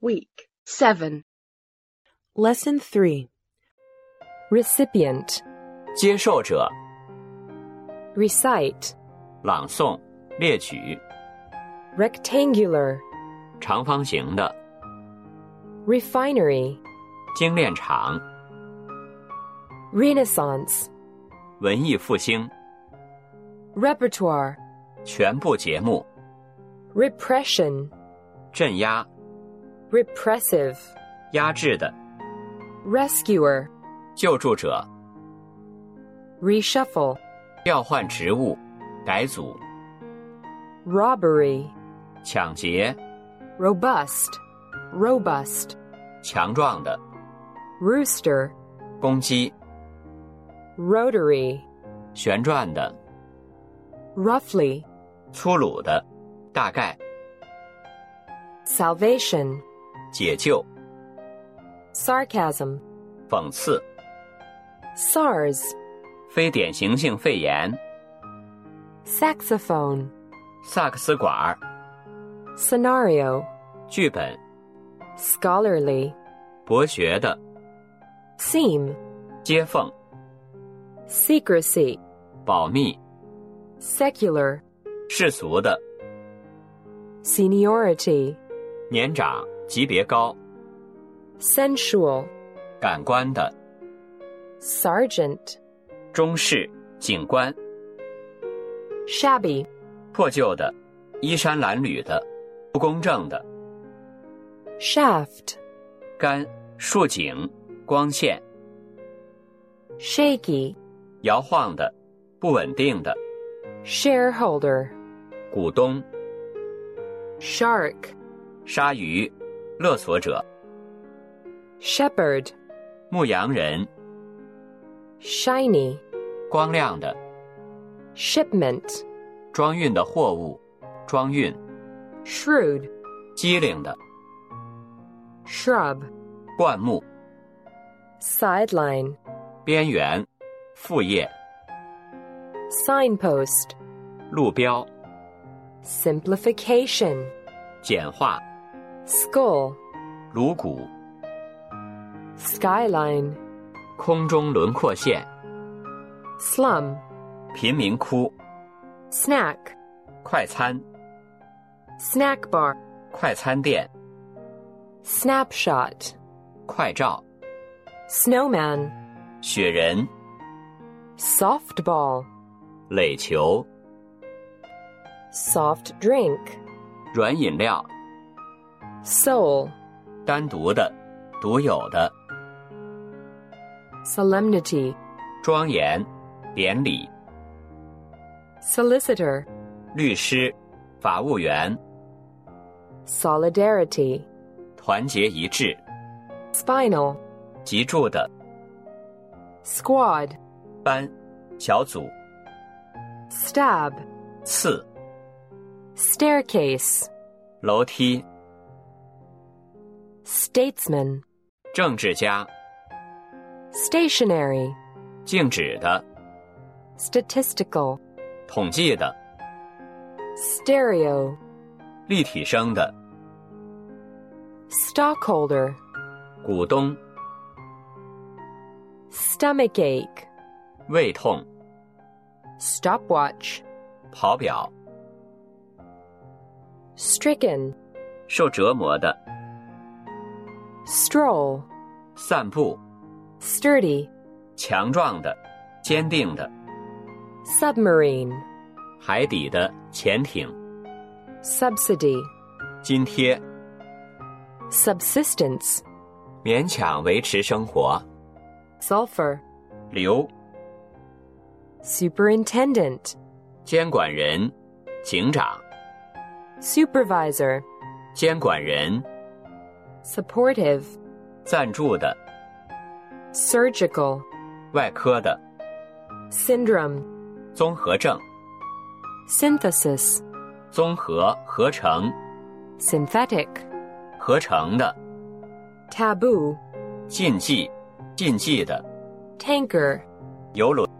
Week 7. Lesson 3 recipient, 接受者 recite, 朗诵、列举 rectangular, 长方形的 refinery, 精炼厂、 renaissance, 文艺复兴 repertoire, 全部节目 repression, 镇压、 repressive, 压制的 rescuer, 救助者、 reshuffle, 调换职务、改组、 robbery, 抢劫、 robust, robust, 强壮的 rooster, 攻击、 rotary, 旋转的、 roughly, 粗鲁的、大概、 salvation, 解救、 sarcasm, 讽刺、 SARS, 非典型性肺炎、 saxophone, 萨克斯管儿、 scenario, 剧本、 scholarly, 博学的、 seam, 接缝、 secrecy, 保密、 secular, 世俗的、 seniority, 年长、级别高、 sensual, 感官的、 sergeant, 中式、警官、 shabby, 破旧的、衣衫褴褛的、不公正的、 shaft, 干、竖井、光线、 shaky, 摇晃的、不稳定的、 shareholder, 股东、 shark, 鲨鱼、勒索者、 shepherd, 牧羊人、 shiny, 光亮的、 shipment, 装运的货物、装运、 shrewd, 机灵的、 shrub, 灌木、 sideline, 边缘、副业、 signpost, 路标、 simplification, 简化、 skull, 颅骨、 skyline, 空中轮廓线、 slum, 贫民窟、 snack, 快餐、 snack bar, 快餐店、 snapshot, 快照、 snowman, 雪人、 softball, 垒球、 soft drink, 软饮料、 soul, 单独的、独有的、 solemnity, 庄严、典礼、 solicitor, 律师、法务员、 solidarity, 团结一致、 spinal, 集住的、 squad, 班、小组、 stab, 次、 staircase, 楼梯、 statesman, 政治家、 stationary, 静止的、 statistical, 统计的、 stereo, 立体声的、 stockholder, 股东、 stomachache, 胃痛、 stopwatch, 跑表、 stricken, 受折磨的、 stroll, 散步、 sturdy, 强壮的、坚定的、 submarine, 海底的潜艇、 subsidy, 津贴。 subsistence, 勉强维持生活， sulfur, 留 superintendent, 监管人、警长、 supervisor, 监管人、 supportive, 赞助的、 surgical, 外科的、 syndrome, 综合症、 synthesis, 综合合成、 synthetic, 合成的、 taboo, 禁忌、禁忌的、 tanker, 游轮。